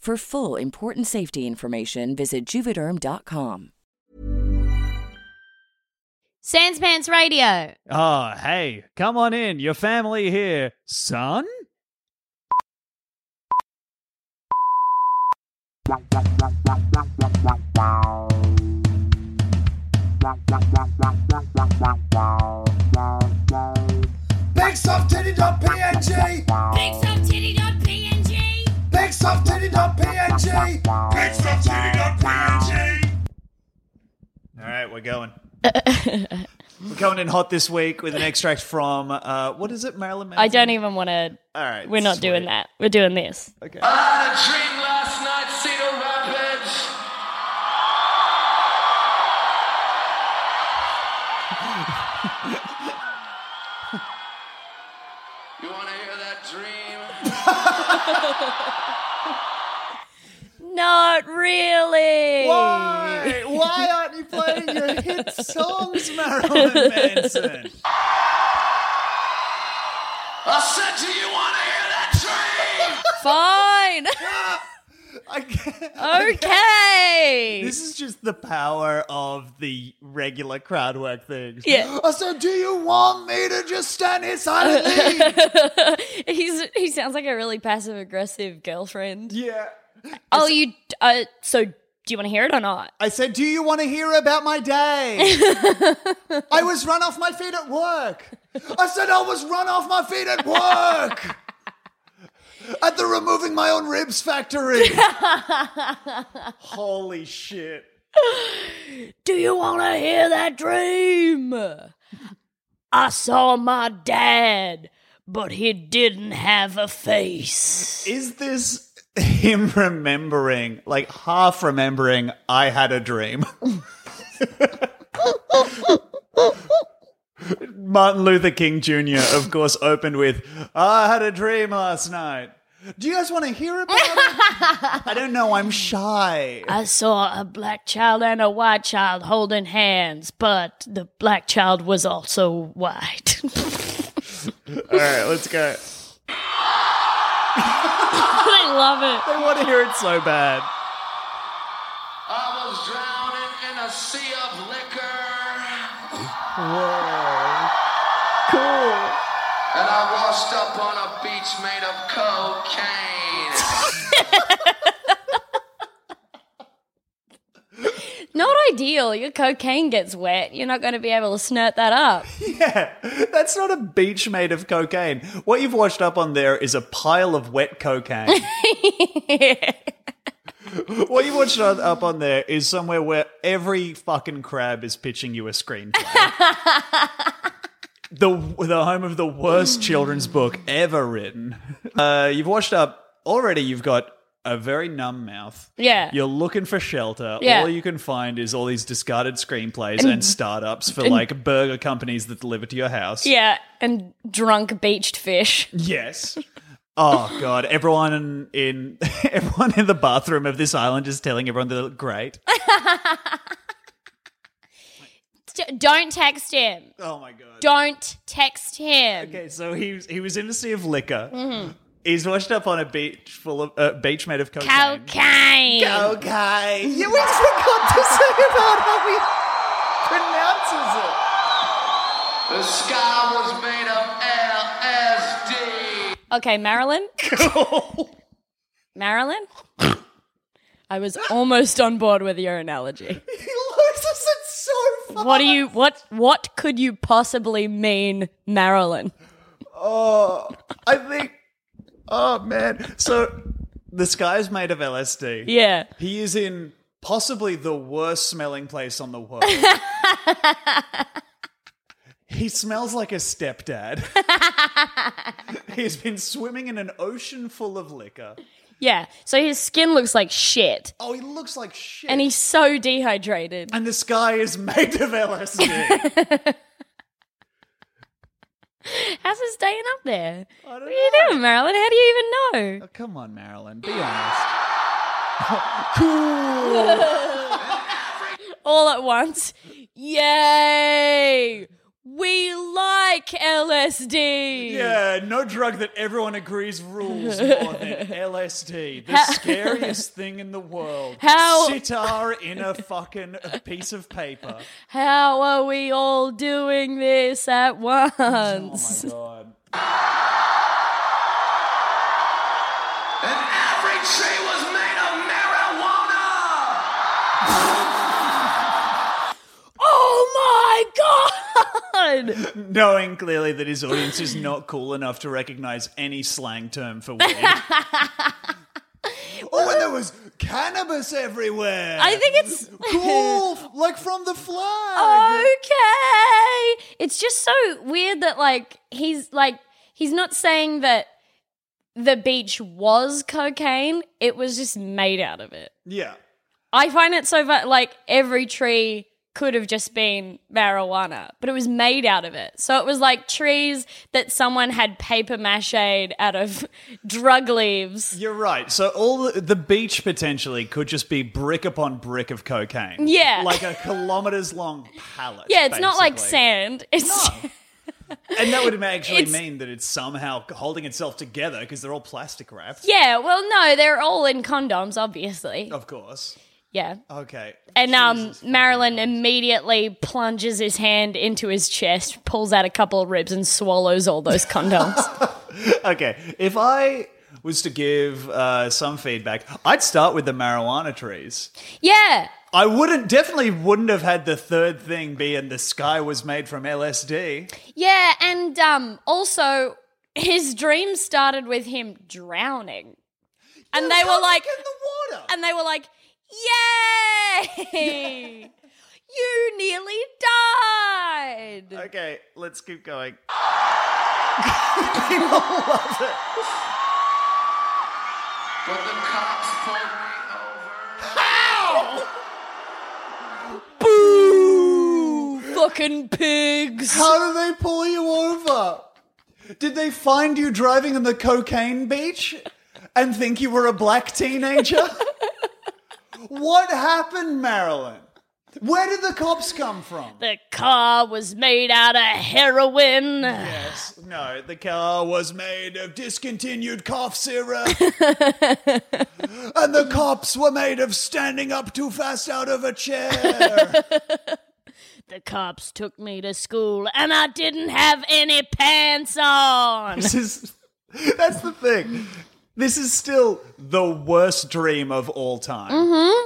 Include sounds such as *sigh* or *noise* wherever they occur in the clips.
For full important safety information, visit juvederm.com. Sans Pants Radio. Oh, hey, come on in. Your family here. Son? BigSoftTitty.png BigSoftTitty.png. BigSoftTitty.png BigSoftTitty.png All right, *laughs* we're going. we're going in hot this week with an extract from, uh, what is it, Marilyn Manson? I don't even want to. All right. We're not sweet. doing that. We're doing this. Okay. I dreamed last night, Cedar Rapids. you want to hear that dream? Not really. Why? Why aren't you playing your *laughs* hit songs, Marilyn Manson? I said, do you want to hear that dream? *laughs* Fine. I can't- okay. This is just the power of the regular crowd work things. Yeah. I said, do you want me to just stand here *laughs* silently? He's he sounds like a really passive aggressive girlfriend. yeah. Oh, you. Uh, so do you want to hear it or not? I said, do you want to hear about my day? I was run off my feet at work. I said, I was run off my feet at work. At the removing my own ribs factory. Holy shit. Do you want to hear that dream? I saw my dad, but he didn't have a face. Is this him remembering, like half remembering, I had a dream? *laughs* Martin Luther King Jr., of course, opened with, I had a dream last night. Do you guys want to hear about it? I don't know, I'm shy. I saw a black child and a white child holding hands, but the black child was also white. *laughs* All right, let's go. I love it. I want to hear it so bad. I was drowning in a sea of liquor, Cool. and I washed up on a beach made of cocaine. Not ideal. Your cocaine gets wet. You're not going to be able to snort that *laughs* up. Yeah, that's not a beach made of cocaine. What you've washed up on there is a pile of wet cocaine. what you watched on- up on there is somewhere where every fucking crab is pitching you a *laughs* screenplay. the the home of the worst children's book ever written. Uh, you've washed up already. You've got a very numb mouth. Yeah. You're looking for shelter. Yeah. All you can find is all these discarded screenplays and, startups for like burger companies that deliver to your house. Yeah, and drunk beached fish. Yes. Oh god, everyone in, in *laughs* everyone in the bathroom of this island is telling everyone they look great. *laughs* D- don't text him. Oh my god. Don't text him. Okay, so he was, he was in a sea of liquor. Mm-hmm. He's washed up on a beach full of uh, beach made of cocaine. Cocaine. Okay. Yeah, we forgot to say *laughs* about how he pronounces it. The sky was made of LSD. Okay, Marilyn. *laughs* Marilyn. I was almost on board with your analogy. He loses it so far. What do *laughs* you what what could you possibly mean, Marilyn? Oh, I think. Oh man. So the sky's made of LSD. Yeah. He is in possibly the worst smelling place on the world. he smells like a stepdad. *laughs* He's been swimming in an ocean full of liquor. Yeah. So his skin looks like shit. Oh, he looks like shit. And he's so dehydrated. and the sky is made of LSD. How's it staying up there? I don't What are you doing, Marilyn? How do you even know? Oh, come on, Marilyn. Be honest. *laughs* cool. All at once. Yay! We like LSD. Yeah, no drug that everyone agrees rules more than *laughs* LSD. The scariest thing in the world. How- Sitar in a fucking piece *laughs* of paper. How are we all doing this at Oh once? my god. And every tree was made of marijuana. Oh my god! Knowing clearly that his audience is not cool enough to recognize any slang term *laughs* for weed. oh, and there was cannabis everywhere. I think it's *laughs* Oh. cool, like from the flag. okay. It's just so weird that like he's like he's not saying that the beach was cocaine. It was just made out of it. Yeah. I find it so va- like every tree could have just been marijuana, but it was made out of it. So it was like trees that someone had paper macheed out of *laughs* drug leaves. You're right. So all the, the beach potentially could just be brick upon brick of cocaine. Yeah. like a kilometers long pallet. Yeah, it's not like basically. sand. It's And that would actually It's- mean that it's somehow holding itself together because they're all plastic wrapped. *laughs* yeah, well no, they're all in condoms obviously. Of course. Yeah. Okay. And um, Jesus. Marilyn immediately plunges his hand into his chest, pulls out a couple of ribs, and swallows all those condoms. Okay. If I was to give uh, some feedback, I'd start with the marijuana trees. yeah, I wouldn't definitely wouldn't have had the third thing being the sky was made from LSD. yeah, and um, also his dream started with him drowning, and they were like, in the water. and they were like, yay! You nearly died. Okay, let's keep going. But the cops pulled me over. Boo! Fucking pigs. How do they pull you over? Did they find you driving on the cocaine beach and think you were a black teenager? what happened, Marilyn? Where did the cops come from? The car was made out of heroin. Yes. No, the car was made of discontinued cough syrup. and the cops were made of standing up too fast out of a chair. The cops took me to school and I didn't have any pants on. This is that's the thing. This is still the worst dream of all time.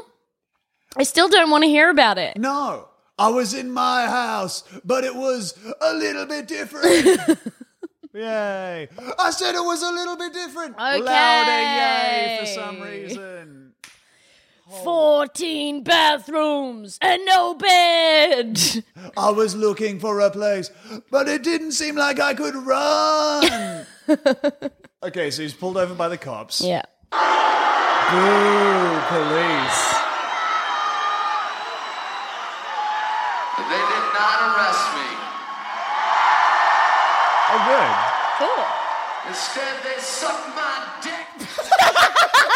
I still don't want to hear about it. No, I was in my house, but it was a little bit different. yay! I said it was a little bit different. Louder yay for some Okay. reason. 14 bathrooms and no bed. *laughs* I was looking for a place, but it didn't seem like I could run. okay, so he's pulled over by the cops. Yeah. Boo, police. They did not arrest me. Oh, Cool. Instead, they sucked my dick.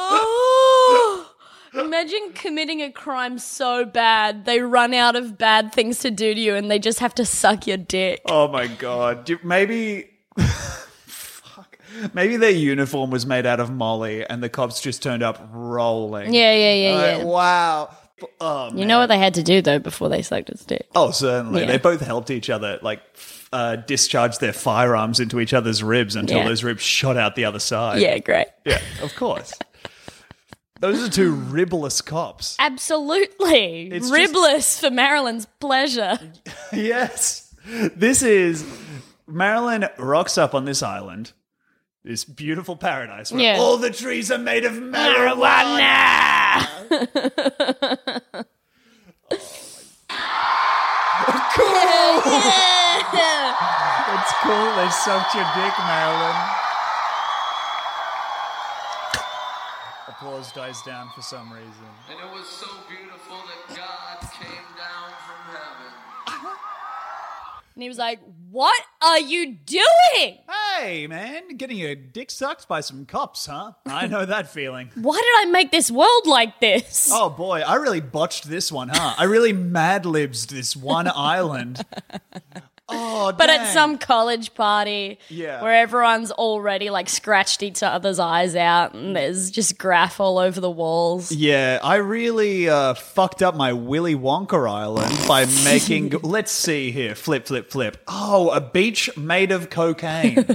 Oh, imagine committing a crime so bad they run out of bad things to do to you and they just have to suck your dick. good. Oh my god. Do- maybe. Fuck. Maybe their uniform was made out of molly, and the cops just turned up rolling. Yeah, yeah, yeah, Like, yeah. Wow. Oh, You know what they had to do though before they sucked his dick? Oh, certainly. Yeah. They both helped each other, like f- uh, discharge their firearms into each other's ribs until Yeah. those ribs shot out the other side. Yeah, great. Yeah, of course. those are two ribless cops. Absolutely. It's just- Ribless for Marilyn's pleasure. yes. This is Marilyn rocks up on this island, this beautiful paradise where Yeah. all the trees are made of marijuana. cool. That's cool. They sucked your dick, Marilyn. Applause dies down for some reason. And it was so beautiful that God came down from heaven. *laughs* And he was like, What are you doing? Hey, man, getting your dick sucked by some cops, huh? I know *laughs* that feeling. Why did I make this world like this? Oh boy, I really botched this one, huh? I really mad libsed this one *laughs* island. Oh, But dang. at some college party Yeah. where everyone's already like scratched each other's eyes out and there's just graph all over the walls. Yeah, I really uh, fucked up my Willy Wonka island by making. let's see here, flip, flip, flip. Oh, a beach made of cocaine.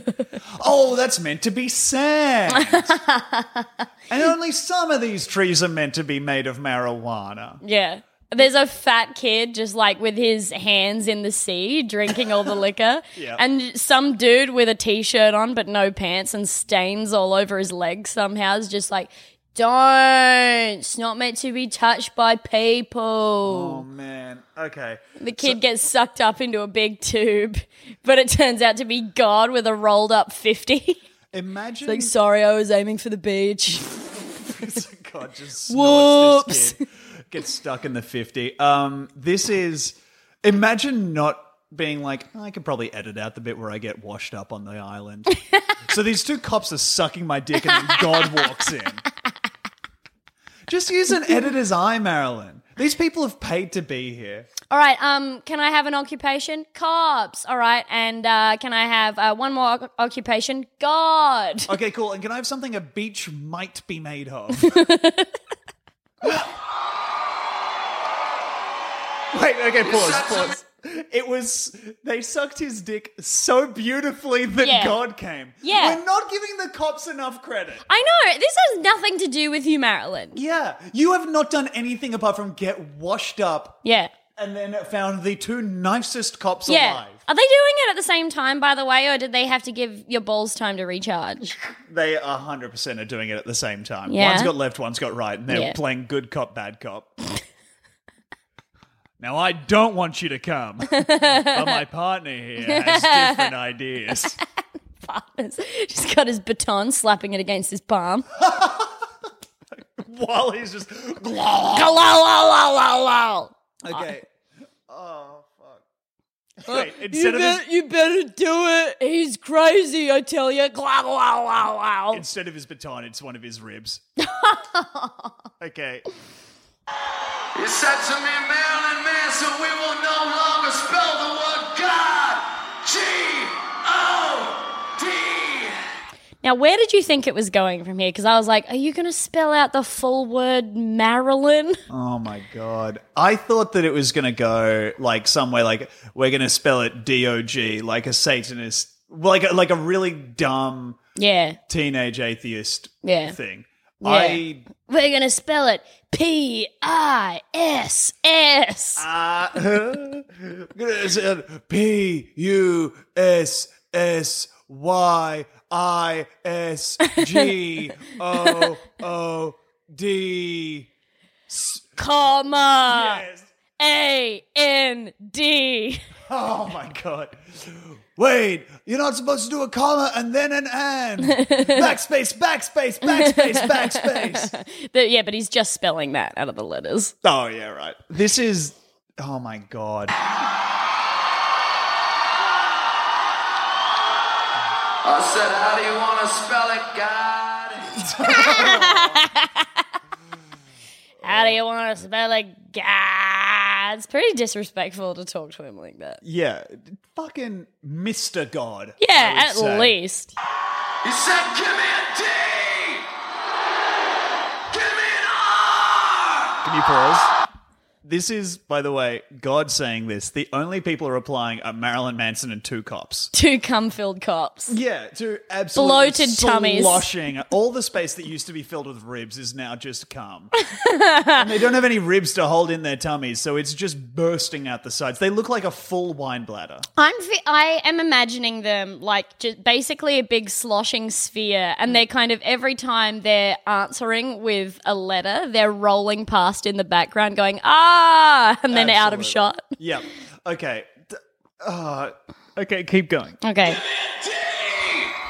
oh, that's meant to be sand. and only some of these trees are meant to be made of marijuana. Yeah. There's a fat kid just like with his hands in the sea drinking all *laughs* the liquor. Yeah. And some dude with a t shirt on but no pants and stains all over his legs somehow is just like, don't. It's not meant to be touched by people. Oh man. Okay. the kid gets sucked up into a big tube, but it turns out to be God with a rolled up 50. Imagine. like, sorry, I was aiming for the beach. *laughs* God just snorts this Whoops. kid. Gets stuck in the 50. Um, this is imagine not being like, "Oh, I could probably edit out the bit where I get washed up on the island. so these two cops are sucking my dick and then God walks in. Just use an editor's eye, Marilyn. These people have paid to be here. All right, um, can I have an occupation? Cops. All right, and uh, can I have uh, one more oc- occupation? God. Okay, cool. And can I have something a beach might be *laughs* made of? Wait, okay, pause, pause. It was they sucked his dick so beautifully that Yeah. God came. Yeah. We're not giving the cops enough credit. I know, this has nothing to do with you, Marilyn. Yeah. You have not done anything apart from get washed up Yeah. and then found the two nicest cops Yeah. alive. Are they doing it at the same time, by the way, or did they have to give your balls time to *laughs* recharge? They 100% are doing it at the same time. Yeah. One's got left, one's got right, and they're Yeah. playing good cop, *laughs* bad cop. now, I don't want you to come, but my partner here has *laughs* different ideas. Just got his baton, slapping it against his palm. While he's just. Okay. Oh, fuck. Wait, instead of, his, *laughs* you better do it. He's crazy, I tell you. Glow, wow, wow, wow. instead of his baton, it's one of *laughs* his ribs. okay. He said to me, Marilyn Manson, we will no longer spell the word God. G O D. Now, where did you think it was going from here? Because I was like, are you going to spell out the full word Marilyn? Oh my god! I thought that it was gonna go like somewhere like we're gonna spell it D O G, like a Satanist, like a, like a really dumb Yeah. teenage atheist Yeah. thing. I We're going to spell it P I S S. *laughs* uh, P U S S Y I S G O E O D. Comma. Uh, Yes. A N D. Oh my god. Wait, you're not supposed to do a comma and then an and. Backspace, backspace, backspace, backspace. But Yeah, but he's just spelling that out of the letters. Oh yeah, right. This is oh my god. I said, how do you want to spell it, God? How do you want to spell it? God. It's pretty disrespectful to talk to him like that. Yeah, fucking Mr. God. Yeah, I would at say. least. He said, give me a D! Give me an R! Can you pause? This is, by the way, God saying this. The only people replying are Marilyn Manson and two cops. Two cum filled cops. Yeah, to absolutely Bloated tummies. sloshing. All the space that used to be filled with ribs is now just cum. *laughs* and they don't have any ribs to hold in their tummies, so it's just bursting out the sides. They look like a full wine bladder. I'm fi- I am imagining them like just basically a big sloshing sphere, and they're kind of every time they're answering with a letter, they're rolling past in the background, going ah, and then out of Absolutely. shot. Yeah. Okay. D- uh, okay, keep going. Okay, D! Give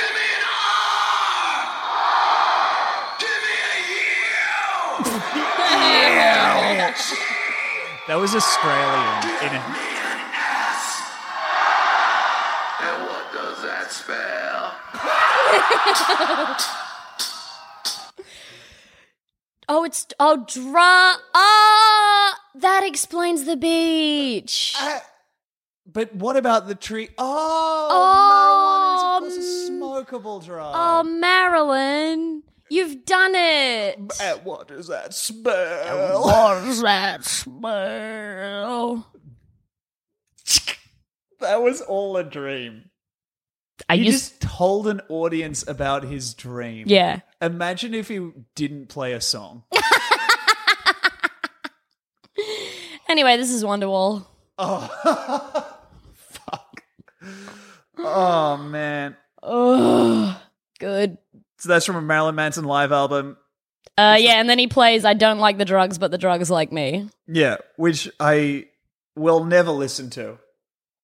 me an R! Give me a U! That was Australian. In a- Me an S! And what does that spell? Oh, it's oh dra ah. That explains the beach. Uh, but what about the tree? Oh, Oh, marijuana is, of course, a smokable drug. Oh, Marilyn, you've done it. Uh, what does that spell? What's that smell? *laughs* That was all a dream. I He used just told an audience about his dream. yeah. Imagine if he didn't play a song. *laughs* Anyway, this is Wonderwall. Oh, *laughs* fuck. Oh, man. Ugh, good. So that's from a Marilyn Manson live album. Uh, yeah, and then he plays "I don't like the drugs, but the drugs like me." Yeah, which I will never listen to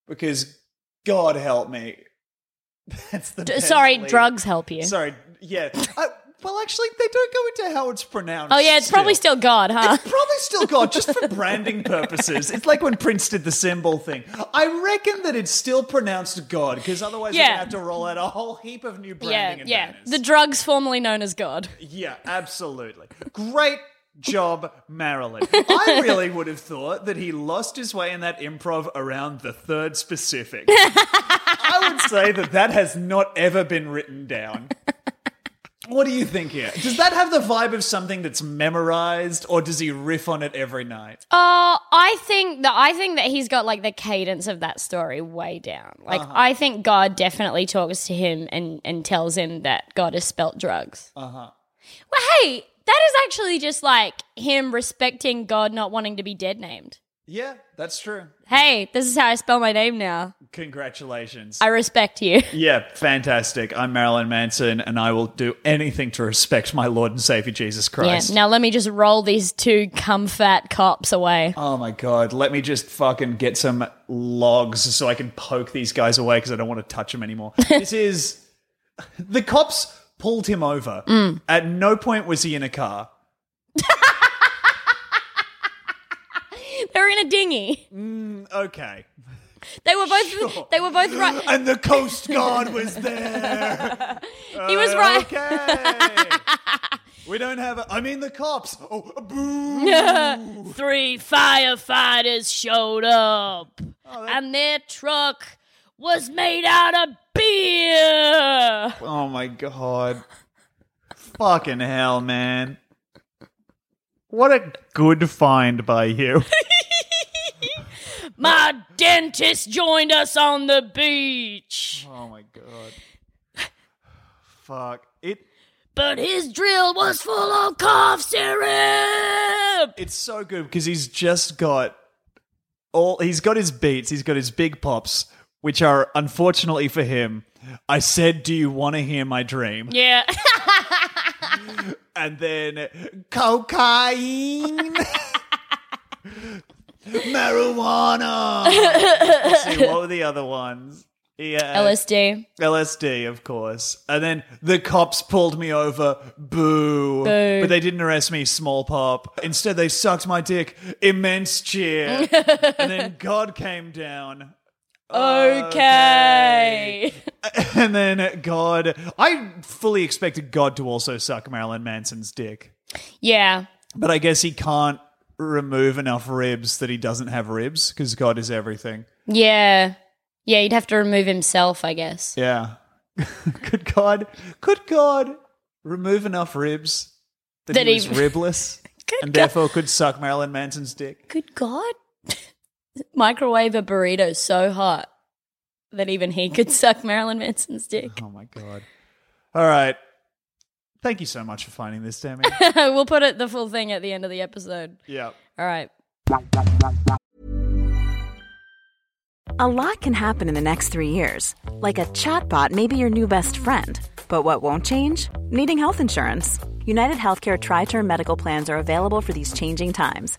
because God help me. *laughs* That's the. D- best sorry, lead. drugs help you. Sorry, yeah. I, well, actually, they don't go into how it's pronounced. Oh yeah, it's probably still God, *laughs* huh? It's probably still God, just for branding purposes. It's like when Prince did the symbol thing. I reckon that it's still pronounced God, because otherwise we're Yeah. gonna have to roll out a whole heap of new yeah, branding and yeah. banners. The drugs formerly known as God. yeah, absolutely. Great job, Marilyn. I really would have thought that he lost his way in that improv around the third specific. I would say that that has not ever been written down. What do you think here? Does that have the vibe of something that's memorized, or does he riff on it every night? Oh, I think that I think that he's got like the cadence of that story way down. Like I think God definitely talks to him and and tells him that God has spelt drugs. Uh huh. Well, hey, that is actually just like him respecting God not wanting to be dead named. Yeah, that's true. Hey, this is how I spell my name now. Congratulations. I respect you. yeah, fantastic. I'm Marilyn Manson, and I will do anything to respect my Lord and Savior Jesus Yeah. Christ. Now let me just roll these two cum fat cops away. *laughs* oh my God, let me just fucking get some logs so I can poke these guys away because I don't want to touch *laughs* them anymore. this is. The cops pulled him over. Mm. At no point was he in a car. They were in a dinghy. Okay. They were both. They were both right. And the Coast Guard was there. He Uh, was right. Okay. we don't have. A, I mean, the cops. Oh, *laughs* boo. Three firefighters showed up, and their truck was made out of beer. Oh my god. Fucking hell, man. What a good find by you. My dentist joined us on the beach, oh my god. Fuck. It but his drill was full of cough syrup. it's so good because he's just got all he's got his beats, he's got his big pops, which are unfortunately for him. I said, "Do you want to hear my dream?" Yeah. *laughs* And then cocaine. Marijuana. Let's see, what were the other ones? E Yeah. LSD. LSD, of course. And then the cops pulled me over. Boo. But they didn't arrest me, small pop. Instead, they sucked my dick. Immense cheer. and then God came down. Okay. *laughs* And then God. I fully expected God to also suck Marilyn Manson's dick. Yeah. But I guess he can't remove enough ribs that he doesn't have ribs because God is everything. Yeah. Yeah, he'd have to remove himself, I guess. Yeah. *laughs* could God, could God remove enough ribs that, That he he- was ribless and therefore could suck Marilyn Manson's dick? Good God. Microwave a burrito so hot that even he *laughs* could suck Marilyn Manson's dick. *laughs* Oh my God. All right. Thank you so much for finding this, Tammy. we'll put it the full thing at the end of the episode. *laughs* yeah. All right. A lot can happen in the next three years. Like a chatbot may be your new best friend. But what won't change? Needing health insurance. United Healthcare Tri Term Medical Plans are available for these changing times.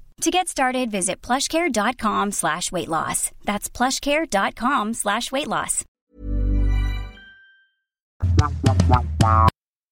To get started, visit plushcare.com slash weight loss. That's plushcare.com slash weight loss.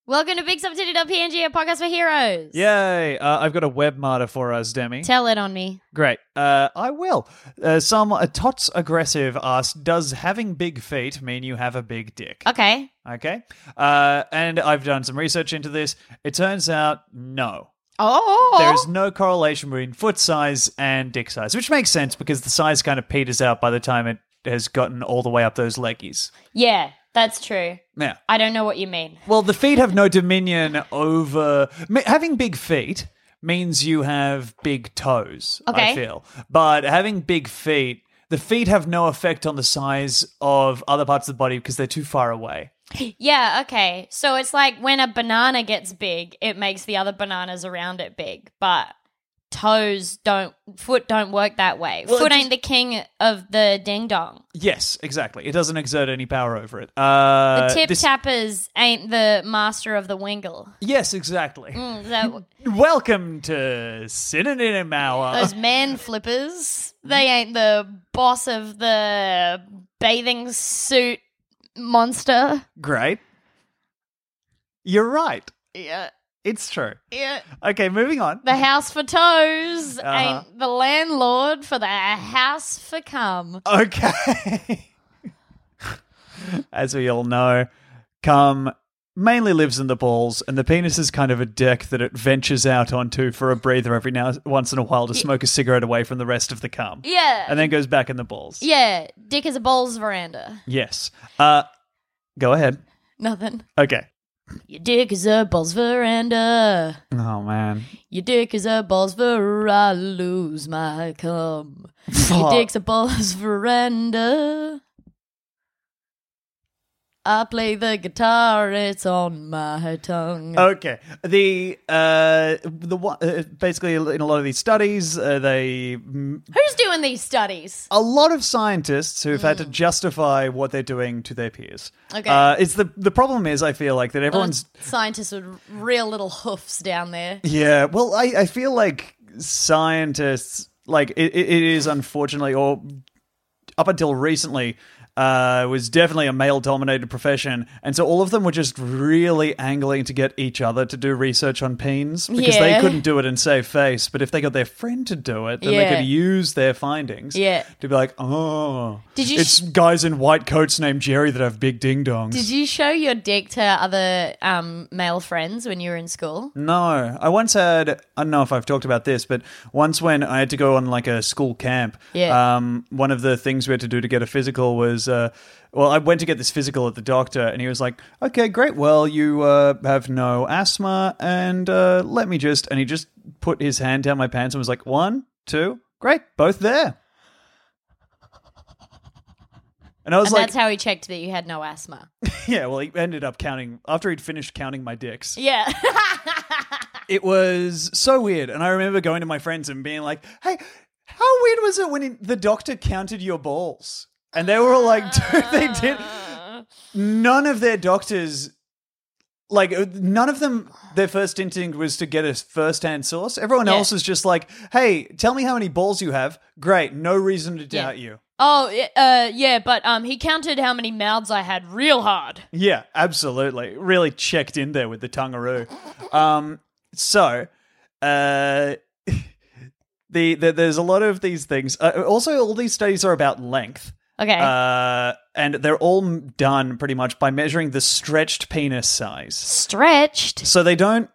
Welcome to Big Subtitted PNG, a podcast for heroes. Yay. Uh, I've got a web martyr for us, Demi. Tell it on me. Great. Uh, I will. Uh, some uh, Tots Aggressive asked Does having big feet mean you have a big dick? Okay. Okay. Uh, and I've done some research into this. It turns out, no. Oh. There's no correlation between foot size and dick size, which makes sense because the size kind of peters out by the time it has gotten all the way up those leggies. yeah, that's true. Yeah. I don't know what you mean. Well, the feet have no dominion over. ma- Having big feet means you have big toes, I Okay. feel. But having big feet, the feet have no effect on the size of other parts of the body because they're too far away. Yeah, okay. So it's like when a banana gets big, it makes the other bananas around it big, but toes don't foot don't work that way. Well, it foot just- ain't the king of the ding dong. Yes, exactly. It doesn't exert any power over it. Uh, the tip this- tappers ain't the master of the wingle. Yes, exactly. Mm, that- Welcome to Synonym Hour. those man flippers, they ain't the boss of the bathing suit monster. Great. You're right. Yeah, It's true. yeah. Okay, moving on. *laughs* The house for toes Uh-huh. ain't the landlord for the house for cum. Okay. As we all know, cum mainly lives in the balls, and the penis is kind of a deck that it ventures out onto for a breather every now once in a while to smoke a cigarette away from the rest of the cum. Yeah. And then goes back in the balls. yeah, dick is a bowls veranda. Yes. Uh, go ahead. Nothing. Okay. Your dick is a balls veranda. Oh man. Your dick is a balls veranda. I lose my cum. Fuck. Your dick's a balls veranda. I play the guitar, it's on my tongue. Okay. The uh, the one- uh, basically in a lot of these studies, uh, they Who's doing these studies? a lot of scientists who've had to justify what they're doing to their peers. Okay. Uh-huh. Uh, it's the the problem is I feel like that everyone's Scientists with real little hoofs down there. *laughs* yeah. Well, I I feel like scientists like it, it it is unfortunately or up until recently. Uh, was definitely a male-dominated profession, and so all of them were just really angling to get each other to do research on peens because they Yeah. couldn't do it and save face. But if they got their friend to do it, then they Yeah. could use their findings Yeah. to be like, "Oh, Did you it's sh- guys in white coats named Jerry that have big ding dongs. Did you show your dick to other um, male friends when you were in school? No, I once had. I don't know if I've talked about this, but once when I had to go on like a school camp, Yeah. Um, one of the things we had to do to get a physical was, uh, well, I went to get this physical at the doctor, and he was like, "Okay, great. Well, you uh, have no asthma, and uh, let me just." And he just put his hand down my pants and was like, "One, two, great, both there." And I was And like, that's how he checked that you had no asthma. *laughs* "Yeah." Well, he ended up counting after he'd finished counting my dicks. Yeah. *laughs* it was so weird. And I remember going to my friends and being like, hey, how weird was it when it- the doctor counted your balls? And they were all like, *laughs* dude, they did. None of their doctors, like, uh, none of them, their first instinct was to get a first hand source. Everyone Yeah. else was just like, hey, tell me how many balls you have. Great. No reason to doubt you. oh, y- uh, yeah, but um, he counted how many mouths I had real hard. Yeah, absolutely. Really checked in there with the tongaroo. Um, so, uh, *laughs* the, the there's a lot of these things. Uh, also, all these studies are about length. Okay. Uh, and they're all done pretty much by measuring the stretched penis size. Stretched. So they don't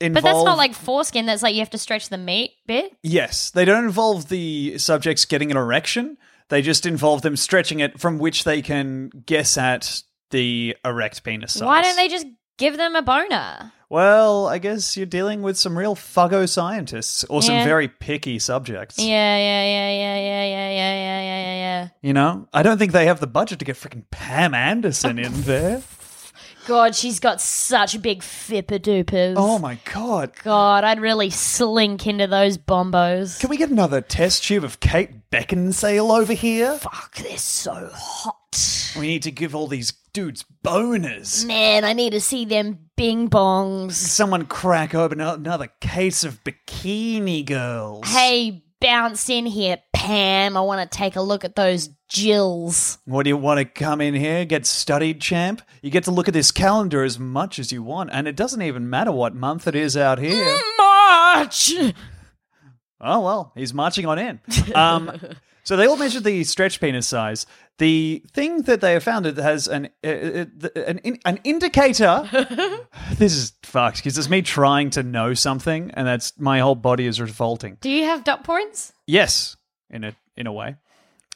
But involve. that's not like foreskin. That's like you have to stretch the meat bit. Yes, they don't involve the subjects getting an erection. They just involve them stretching it, from which they can guess at the erect penis size. Why don't they just give them a boner? Well, I guess you're dealing with some real fuggo scientists or some Yeah. very picky subjects. Yeah, yeah, yeah, yeah, yeah, yeah, yeah, yeah, yeah, yeah, yeah. You know, I don't think they have the budget to get freaking Pam *laughs* Anderson in there. God, she's got such big fipper doopers. Oh my god. God, I'd really slink into those bombos. Can we get another test tube of Kate Beckinsale over here? Fuck, they're so hot. We need to give all these dudes boners. Man, I need to see them bing bongs. Someone crack open another case of bikini girls. Hey, bounce in here, Pam. I want to take a look at those Jills. What do you want to come in here? Get studied, champ? You get to look at this calendar as much as you want, and it doesn't even matter what month it is out here. March! Oh well, he's marching on in. Um, so they all measured the stretch penis size. The thing that they have found it has an uh, uh, an in, an indicator. this is fucked because it's me trying to know something, and that's my whole body is revolting. Do you have dot points? Yes, in a in a way.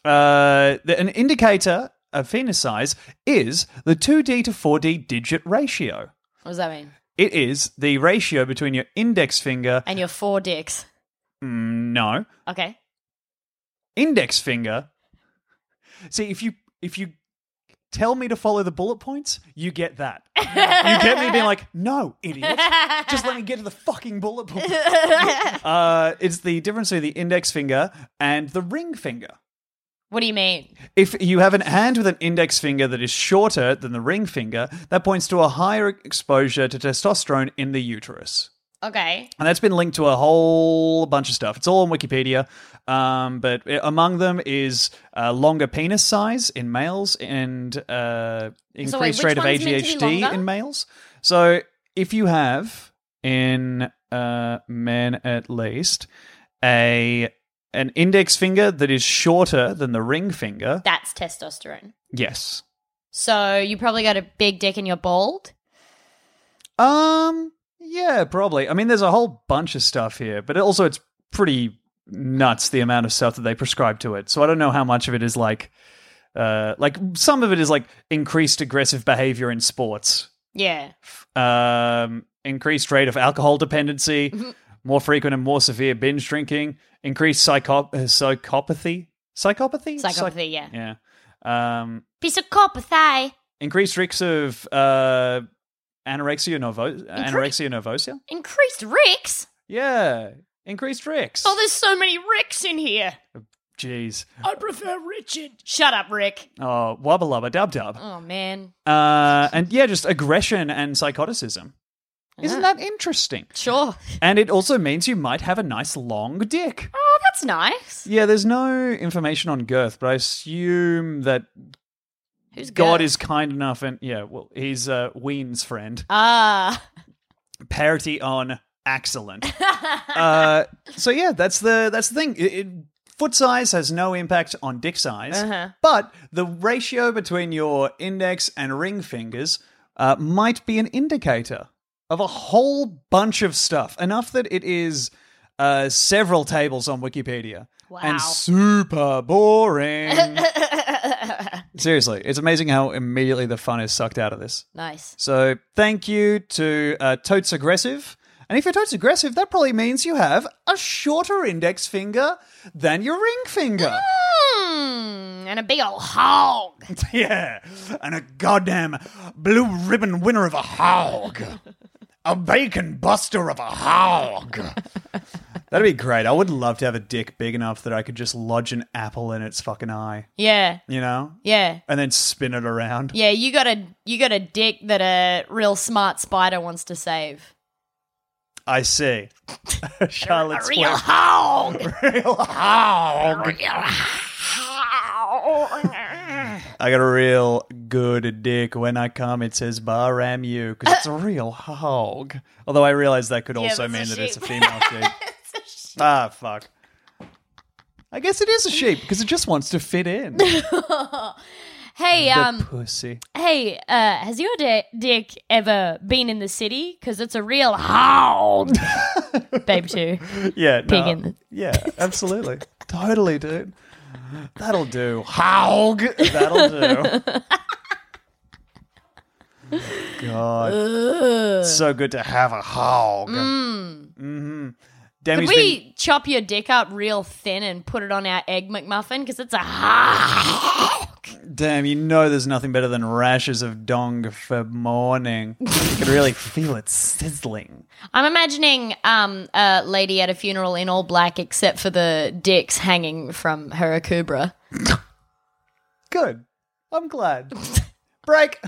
Uh, the, an indicator of penis size is the two D to four D digit ratio. What does that mean? It is the ratio between your index finger. And your four dicks. Mm, no, Okay. index finger. See, if you if you tell me to follow the bullet points, you get that. you get me being like, no, idiot. Just let me get to the fucking bullet points. uh, it's the difference between the index finger and the ring finger. What do you mean? If you have an hand with an index finger that is shorter than the ring finger, that points to a higher exposure to testosterone in the uterus. Okay. And that's been linked to a whole bunch of stuff. It's all on Wikipedia. Um, but uh, among them is uh, longer penis size in males and uh, increased So wait, which rate of one's meant to be ADHD longer? in males. So if you have in uh, men at least a an index finger that is shorter than the ring finger, That's testosterone. yes. So you probably got a big dick and you're bald? Um, yeah, probably. I mean, there's a whole bunch of stuff here, but also it's pretty nuts the amount of stuff that they prescribe to it. So I don't know how much of it is like, uh, like some of it is like increased aggressive behavior in sports. Yeah. um, increased rate of alcohol dependency, more frequent and more severe binge drinking, increased psycho- uh, psychopathy, psychopathy, Psych- Psychopathy, yeah. yeah, um, Piece of copathy. increased risks of uh, anorexia nervosa, anorexia nervosa, Increased ricks. yeah, increased risks. Oh, there's so many ricks in here. Jeez, I prefer Richard. Shut up, Rick. oh, wubba lubba dub dub, Oh man. uh, and yeah, just aggression and psychoticism. Isn't that interesting? Sure. And it also means you might have a nice long dick. Oh, that's nice. Yeah, there's no information on girth, but I assume that Who's God good? is kind enough and yeah, well, he's uh, Ween's friend. Ah. Parity on excellent. uh, so yeah, that's the that's the thing. It, it, foot size has no impact on dick size, but the ratio between your index and ring fingers uh, might be an indicator of a whole bunch of stuff. Enough that it is uh, several tables on Wikipedia Wow. and super boring. Seriously, it's amazing how immediately the fun is sucked out of this. nice. So thank you to uh, Totes Aggressive. And if you're totes aggressive, that probably means you have a shorter index finger than your ring finger. Hmm. And a big old hog. *laughs* yeah. And a goddamn blue ribbon winner of a hog. a bacon buster of a hog. *laughs* That'd be great. I would love to have a dick big enough that I could just lodge an apple in its fucking eye, Yeah. you know? Yeah. And then spin it around. Yeah, you got a you got a dick that a real smart spider wants to save. *laughs* I see. Charlotte's real Web. hog. *laughs* Real hog. I got a real good dick when I come. It says "bar am you" because *laughs* it's a real hog. Although I realize that could also that's mean a that it's a sheep. *laughs* female sheep. Ah, fuck. I guess it is a sheep because it just wants to *laughs* fit in. The hey, um, pussy. hey, uh, has your di- dick ever been in the city? Because it's a real hog. Babe, too. Yeah, no. Pig in the- Yeah, absolutely, totally, dude. That'll do. Hog. That'll do. God, so good to have a hog. Mm. hmm Demi's Could we chop your dick up real thin and put it on our egg McMuffin? Because it's a hog. been, damn. You know, there's nothing better than rashes of dong for morning. you can really feel it sizzling. I'm imagining um, a lady at a funeral in all black, except for the dicks hanging from her akubra. Good. I'm glad. Break.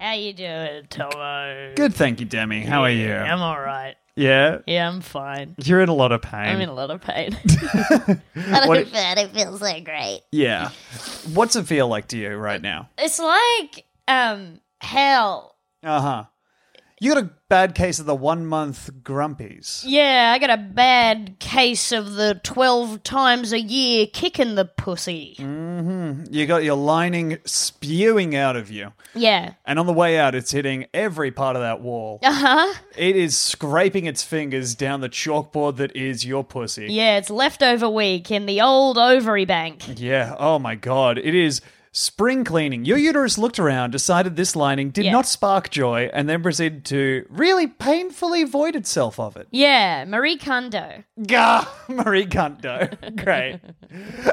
How you doing, Tomo? Good, thank you, Demi. How are you? I'm all right. yeah, Yeah, I'm fine. you're in a lot of pain. I'm in a lot of pain. What- but it feels so great. Yeah. What's it feel like to you right now? It's like um hell. Uh huh. You got a bad case of the one month grumpies. Yeah, I got a bad case of the twelve times a year kicking the pussy. You got your lining spewing out of you. Yeah. And on the way out, it's hitting every part of that wall. Uh huh. It is scraping its fingers down the chalkboard that is your pussy. Yeah, it's leftover week in the old ovary bank. Yeah, Oh my God. It is spring cleaning. Your uterus looked around, decided this lining did Yeah. not spark joy, and then proceeded to really painfully void itself of it. Yeah, Marie Kondo. Gah, *laughs* Marie Kondo. Great.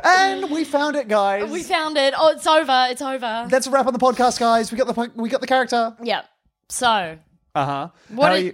and we found it, guys. We found it. Oh, it's over. It's over. That's a wrap on the podcast, guys. We got the po- we got the character. Yep. So, Uh huh. What is-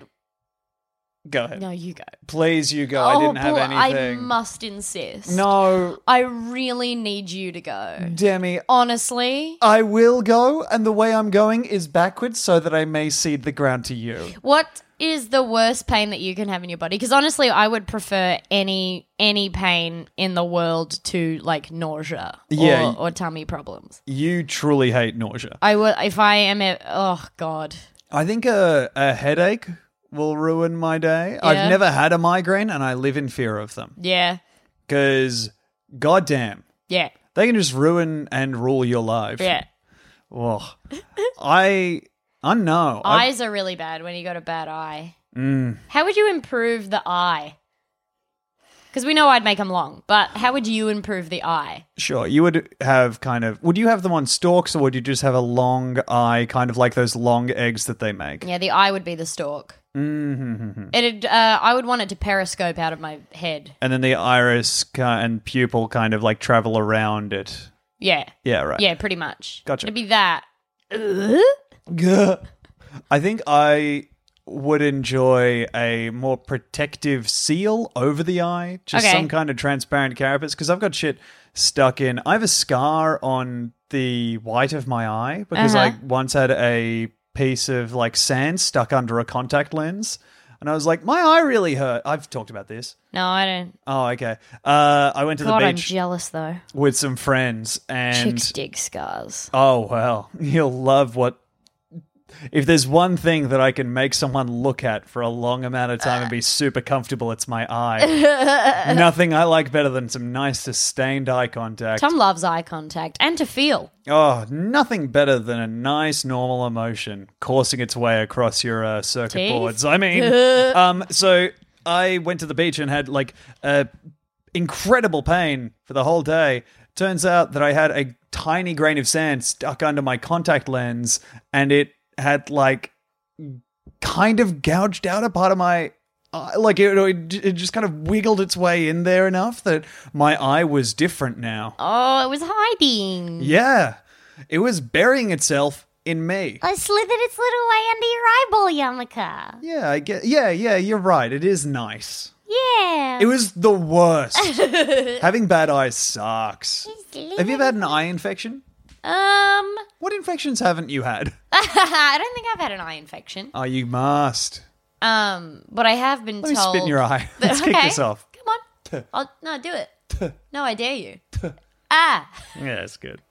Go ahead. no, you go. Please, you go. I didn't have Oh, boy, anything. I must insist. no, I really need you to go. Demi. Honestly, I will go, and the way I'm going is backwards so that I may cede the ground to you. what is the worst pain that you can have in your body? Because honestly, I would prefer any any pain in the world to like nausea or, Yeah. or tummy problems. You truly hate nausea. I would if I am a oh god. I think a, a headache will ruin my day. I've Yeah. never had a migraine, and I live in fear of them. Yeah. Because, goddamn. Yeah. They can just ruin and rule your life. Yeah. Ugh. I I know. I, Mm. Eyes are really bad when you got a bad eye. How would you improve the eye? Because we know I'd make them long, but how would you improve the eye? Sure. You would have kind of. Would you have them on stalks, or would you just have a long eye, kind of like those long eggs that they make? Yeah, the eye would be the stalk. Mm-hmm. It'd, uh, I would want it to periscope out of my head. And then the iris ki- and pupil kind of like travel around it. Yeah. Yeah, right. Yeah, pretty much. Gotcha. It'd be that. Gah. *laughs* I think I would enjoy a more protective seal over the eye, just Okay. some kind of transparent carapace, because I've got shit stuck in. I have a scar on the white of my eye because I once had a piece of like sand stuck under a contact lens. And I was like, my eye really hurt. I've talked about this. No, I don't. Oh, okay. Uh, I went to God, the I'm beach jealous though. with some friends and Chicks dig scars. Oh well, *laughs* you'll love what. If there's one thing that I can make someone look at for a long amount of time and be super comfortable, it's my eye. Nothing I like better than some nice sustained eye contact. Tom loves eye contact and to feel. oh, nothing better than a nice normal emotion coursing its way across your uh, circuit Teeth? boards. I mean, um, so I went to the beach and had like a incredible pain for the whole day. Turns out that I had a tiny grain of sand stuck under my contact lens and it had like kind of gouged out a part of my eye. Like it, it just kind of wiggled its way in there enough that my eye was different now. Oh, it was hiding. Yeah. It was burying itself in me. I slithered its little way under your eyeball, Yamaka. yeah, I get yeah, yeah, you're right. It is nice. Yeah. It was *laughs* the worst. Having bad eyes sucks. It's Have you ever had an eye infection? Um, *laughs* What infections haven't you had? Uh, I don't think I've had an eye infection. Oh, you must. Um, but I have been Let me told. spit in your eye. that- *laughs* Let's kick okay, this off. *laughs* Come on. I'll, no, do it. No, I dare you. Ah, Yeah, that's good.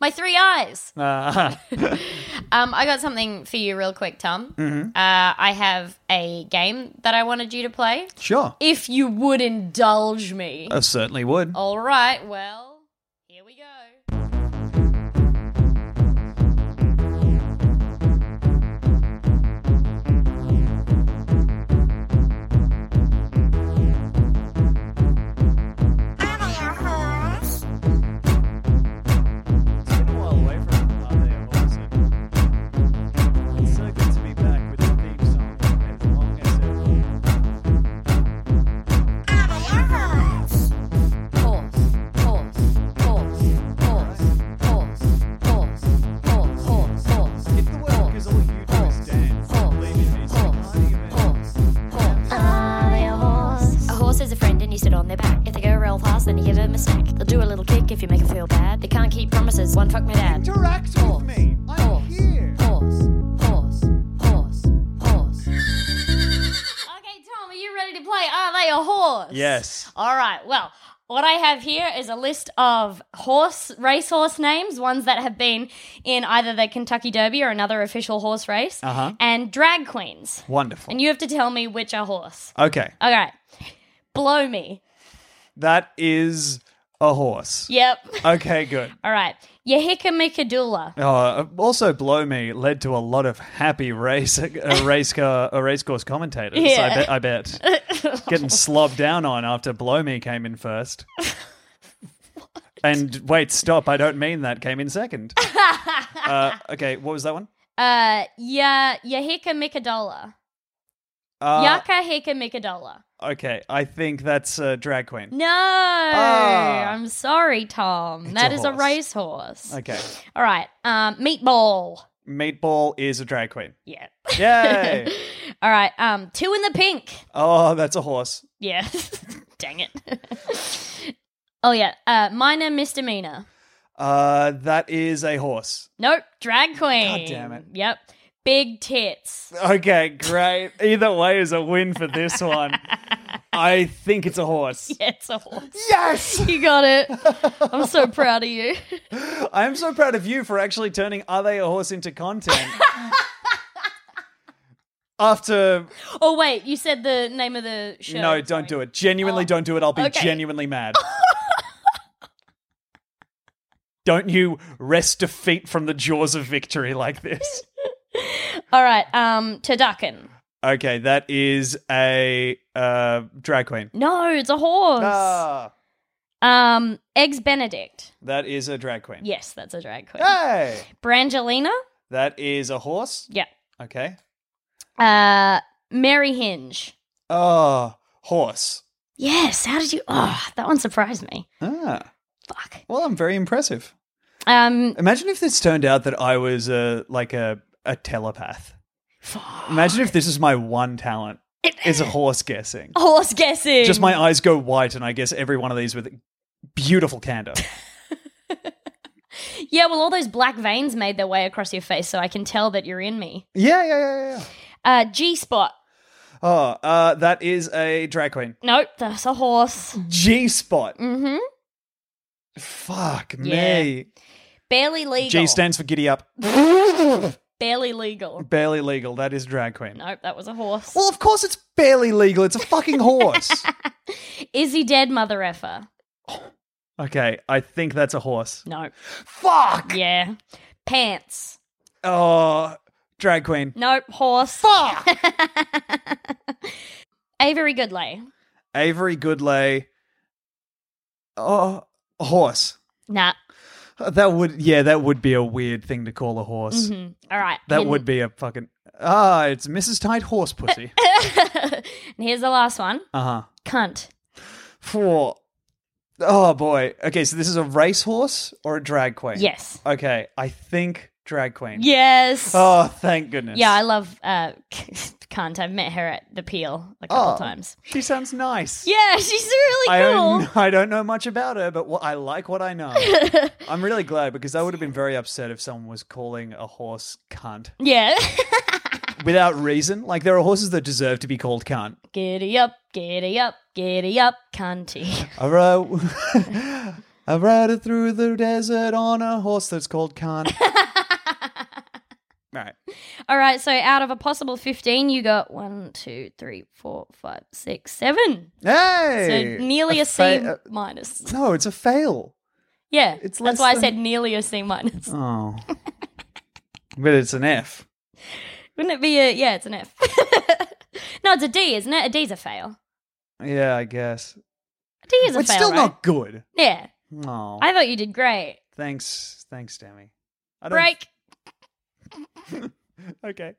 my three eyes. Uh, Um, I got something for you, real quick, Tom. Uh, I have a game that I wanted you to play. sure. If you would indulge me. I certainly would. All right, well, here we go. Are they a horse? A horse is a friend and you sit on their back. If they go real fast, then you give them a snack. They'll do a little kick if you make them feel bad. They can't keep promises. One fuck my dad. Interact with me. I'm here. Horse, horse, horse, horse. Okay, Tom, are you ready to play Are They a Horse? Yes. All right, well, what I have here is a list of horse racehorse names, ones that have been in either the Kentucky Derby or another official horse race, Uh-huh. and drag queens. Wonderful. And you have to tell me which are horse. okay. All right. Blow me. That is a horse. Yep. Okay, good. All right. Yahika Uh, also, blow me led to a lot of happy race, *laughs* uh, race car, uh, race course commentators. Yeah. I, be- I bet getting slobbed down on after blow me came in first. and wait, stop! I don't mean that. Came in second. uh, okay, what was that one? Uh, yeah, Yahika Mikadola. Uh, Yaka Hika Mikadola. Okay, I think that's uh, drag queen. No, Ah. I'm sorry, Tom. It's that a is horse. a racehorse. Okay, All right. Um, meatball. meatball is a drag queen. Yeah. Yay! All right. Um, two in the pink. oh, that's a horse. *laughs* Yeah. Dang it. *laughs* oh yeah. Uh, minor misdemeanor. Uh, that is a horse. Nope. Drag queen. God damn it. Yep. Big tits. Okay, great. Either way is a win for this one. I think it's a horse. It's a horse. Yes. You got it. *laughs* I'm so proud of you. I am so proud of you for actually turning Are They a Horse into content. After. Oh wait, you said the name of the show. no, don't do it. Genuinely don't do it. I'll be okay. genuinely mad. don't you rest defeat from the jaws of victory like this. All right. Um, Tadakan. Okay, that is a uh, drag queen. No, it's a horse. Ah, Um, Eggs Benedict. that is a drag queen. Yes, that's a drag queen. Ah. Hey, Brangelina. that is a horse. Yeah. Okay. Uh, Mary Hinge. Oh, horse. Yes. How did you? Oh, that one surprised me. Ah, Fuck. well, I'm very impressive. Um. Imagine if this turned out that I was uh, like a a telepath. Fuck. Imagine if this is my one talent. Is a horse guessing. Horse guessing. Just my eyes go white, and I guess every one of these with *laughs* beautiful candor. Yeah. Well, all those black veins made their way across your face, so I can tell that you're in me. yeah, yeah, yeah, yeah, yeah. Uh, G spot. Oh, uh, that is a drag queen. Nope. That's a horse. G spot. Mm-hmm. Fuck Yeah. me. Barely legal. G stands for *laughs* giddy up. Barely legal. barely legal. That is drag queen. Nope. That was a horse. Well, of course it's barely legal. It's a fucking horse. Is he dead, mother effer? *laughs* okay, I think that's a horse. Nope. Fuck. Yeah. Pants. Oh, drag queen. Nope. Horse. Fuck. *laughs* Avery Goodlay. Avery Goodlay. Oh, a horse. Nah. That would yeah, that would be a weird thing to call a horse. Mhm. All right. That And- would be a fucking ah, it's Mrs. Tight *laughs* horse pussy. and here's the last one. uh huh. Cunt. For oh boy. Okay, so this is a racehorse or a drag queen. Yes. Okay, I think drag queen. Yes. Oh, thank goodness. Yeah, I love uh, *laughs* cunt. I've met her at the Peel a couple Oh, times. She sounds nice. Yeah, *laughs* she's really I cool. *laughs* don't, I don't know much about her, but what, I like what *laughs* I know. I'm really glad because I would have been very upset if someone was calling a horse cunt Yeah. *laughs* without reason. Like there are horses that deserve to be called cunt. giddy up, giddy up, giddy up, cunty. *laughs* I rode, *laughs* I rode it through the desert on a horse that's *laughs* called cunt. Right. All right, so out of a possible 15, you got one, two, three, four, five, six, seven. Hey. so nearly a C fa- minus. *laughs* no, it's a fail. Yeah, it's less that's why than- I said nearly a C *laughs* minus. Oh. *laughs* but it's an F. Wouldn't it be a, yeah, it's an F. *laughs* no, it's a D, isn't it? A D's a fail. Yeah, I guess. A D is a it's fail, still right? not Oh. good. Yeah, No. I thought you did great. Thanks, thanks, Demi. I don't- Break. *laughs* Okay.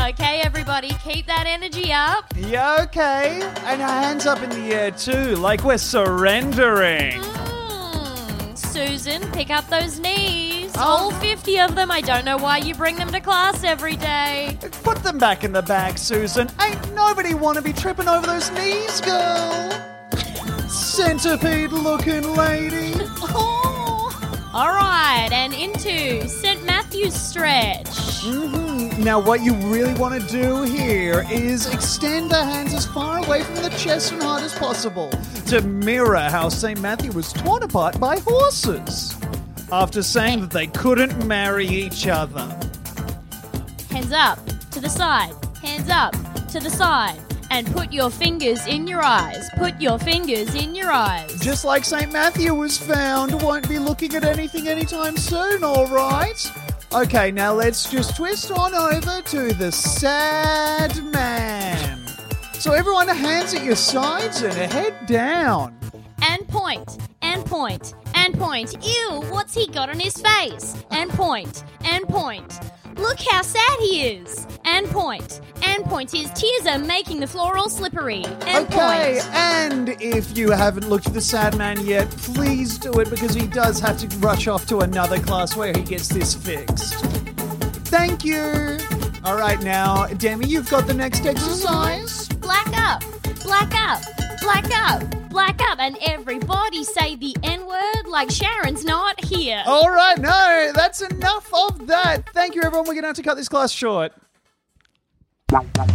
Okay, everybody, keep that energy up. Yeah, okay. And our hands up in the air too, like we're surrendering. Mm, Susan, pick up those knees. All 50 of them. I don't know why you bring them to class every day. Put them back in the bag, Susan. Ain't nobody wanna be tripping over those knees, girl. Centipede looking lady. Oh. All right, and into St. Matthew's stretch. hmm Now, what you really want to do here is extend the hands as far away from the chest and heart as possible to mirror how St. Matthew was torn apart by horses after saying that they couldn't marry each other. Hands up, to the side, hands up, to the side, and put your fingers in your eyes. Put your fingers in your eyes. Just like St. Matthew was found, won't be looking at anything anytime soon, alright? Okay, now let's just twist on over to the sad man. So, everyone, hands at your sides and head down. And point, and point, and point. Ew, what's he got on his face? And point, and point. Look how sad he is. And point, and point. His tears are making the floor all slippery. And okay, point. and if you haven't looked at the sad man yet, please do it because he does have to rush off to another class where he gets this fixed. Thank you. All right, now, Demi, you've got the next exercise. Black up, black up, black up, black up. And everybody say the N word like Sharon's not here. Oh. All right, no, that's enough of that. Thank you, everyone. We're going to have to cut this class short.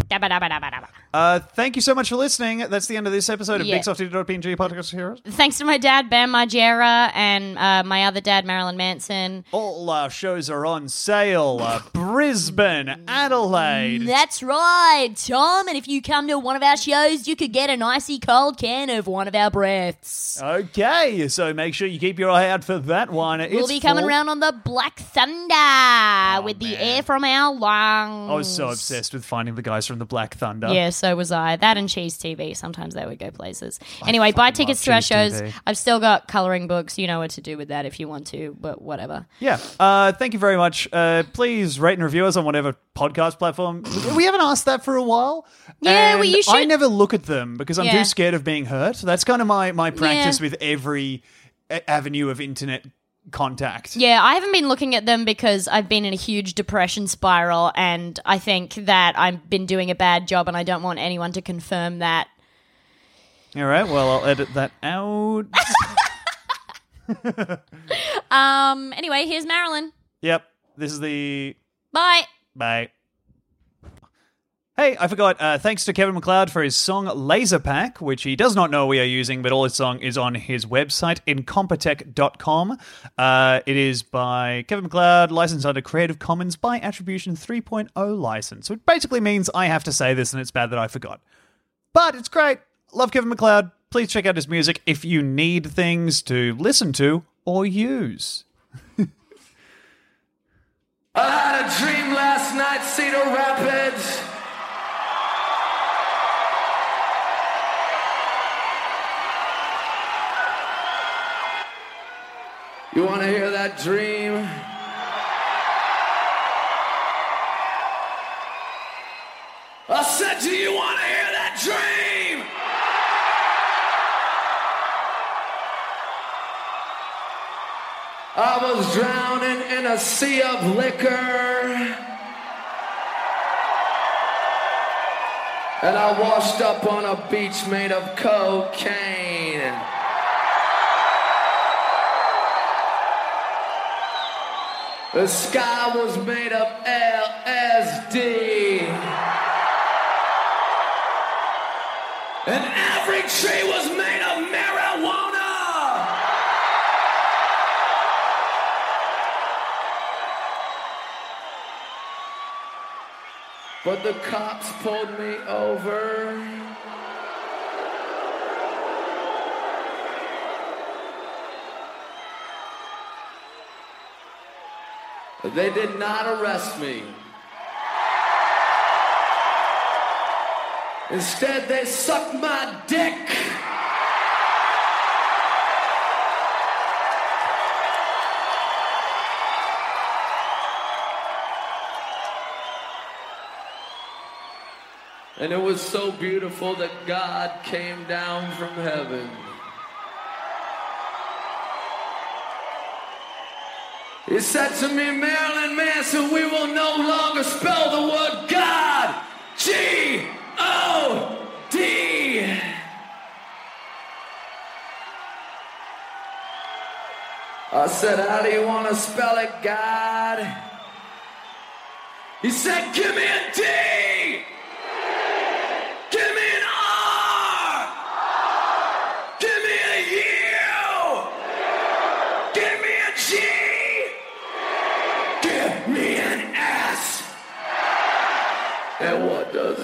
Dabba-dabba-dabba-dabba. Uh, thank you so much for listening. That's the end of this episode of Yeah. Big BigSofty.png podcast heroes. Thanks to my dad, Bam Margera, and uh, my other dad, Marilyn Manson. All our shows are on sale. Uh, Brisbane, Adelaide. That's right, Tom. And if you come to one of our shows, you could get an icy cold can of one of our breaths. Okay, so make sure you keep your eye out for that one. we'll It's be coming full- Oh, round on the Black Thunder with the air from our lungs. I was so obsessed with finding the guys from the Black Thunder. Yeah, so was I. That and Cheese TV. Sometimes they would go places. Anyway, buy fucking tickets to our love Cheese shows. TV. I've still got coloring books. You know what to do with that if you want to, but whatever. Yeah. Uh, thank you very much. Uh, please rate and review us on whatever podcast platform. We haven't asked that for a while. Yeah, and well, you I should- never look at them because I'm Yeah. too scared of being hurt. That's kind of my, my practice with every a- avenue of internet contact. Yeah, I haven't been looking at them because I've been in a huge depression spiral, and I think that I've been doing a bad job, and I don't want anyone to confirm that. All right. Well, I'll edit that out. *laughs* Um. Anyway, here's Marilyn. yep. This is the Bye. Bye. Hey, I forgot. Uh, thanks to Kevin McLeod for his song Laser Pack, which he does not know we are using, but all his song is on his website, incompetech.com. Uh, it is by Kevin McLeod, licensed under Creative Commons by Attribution 3.0 license, which basically means I have to say this and it's bad that I forgot. But it's great. Love Kevin McLeod. Please check out his music if you need things to listen to or use. I had a dream last night, Cedar Rapids. You want to hear that dream? I said, Do you want to hear that dream? I was drowning in a sea of liquor. And I washed up on a beach made of cocaine. The sky was made of LSD. And every tree was made of marijuana. But the cops pulled me over. They did not arrest me. Instead, they sucked my dick. And it was so beautiful that God came down from heaven. He said to me, Marilyn Manson, we will no longer spell the word God. G O D. I said, How do you want to spell it, God? He said, Give me a D. Give me an R! Give me a U! Give me a G! Give me an S! And what does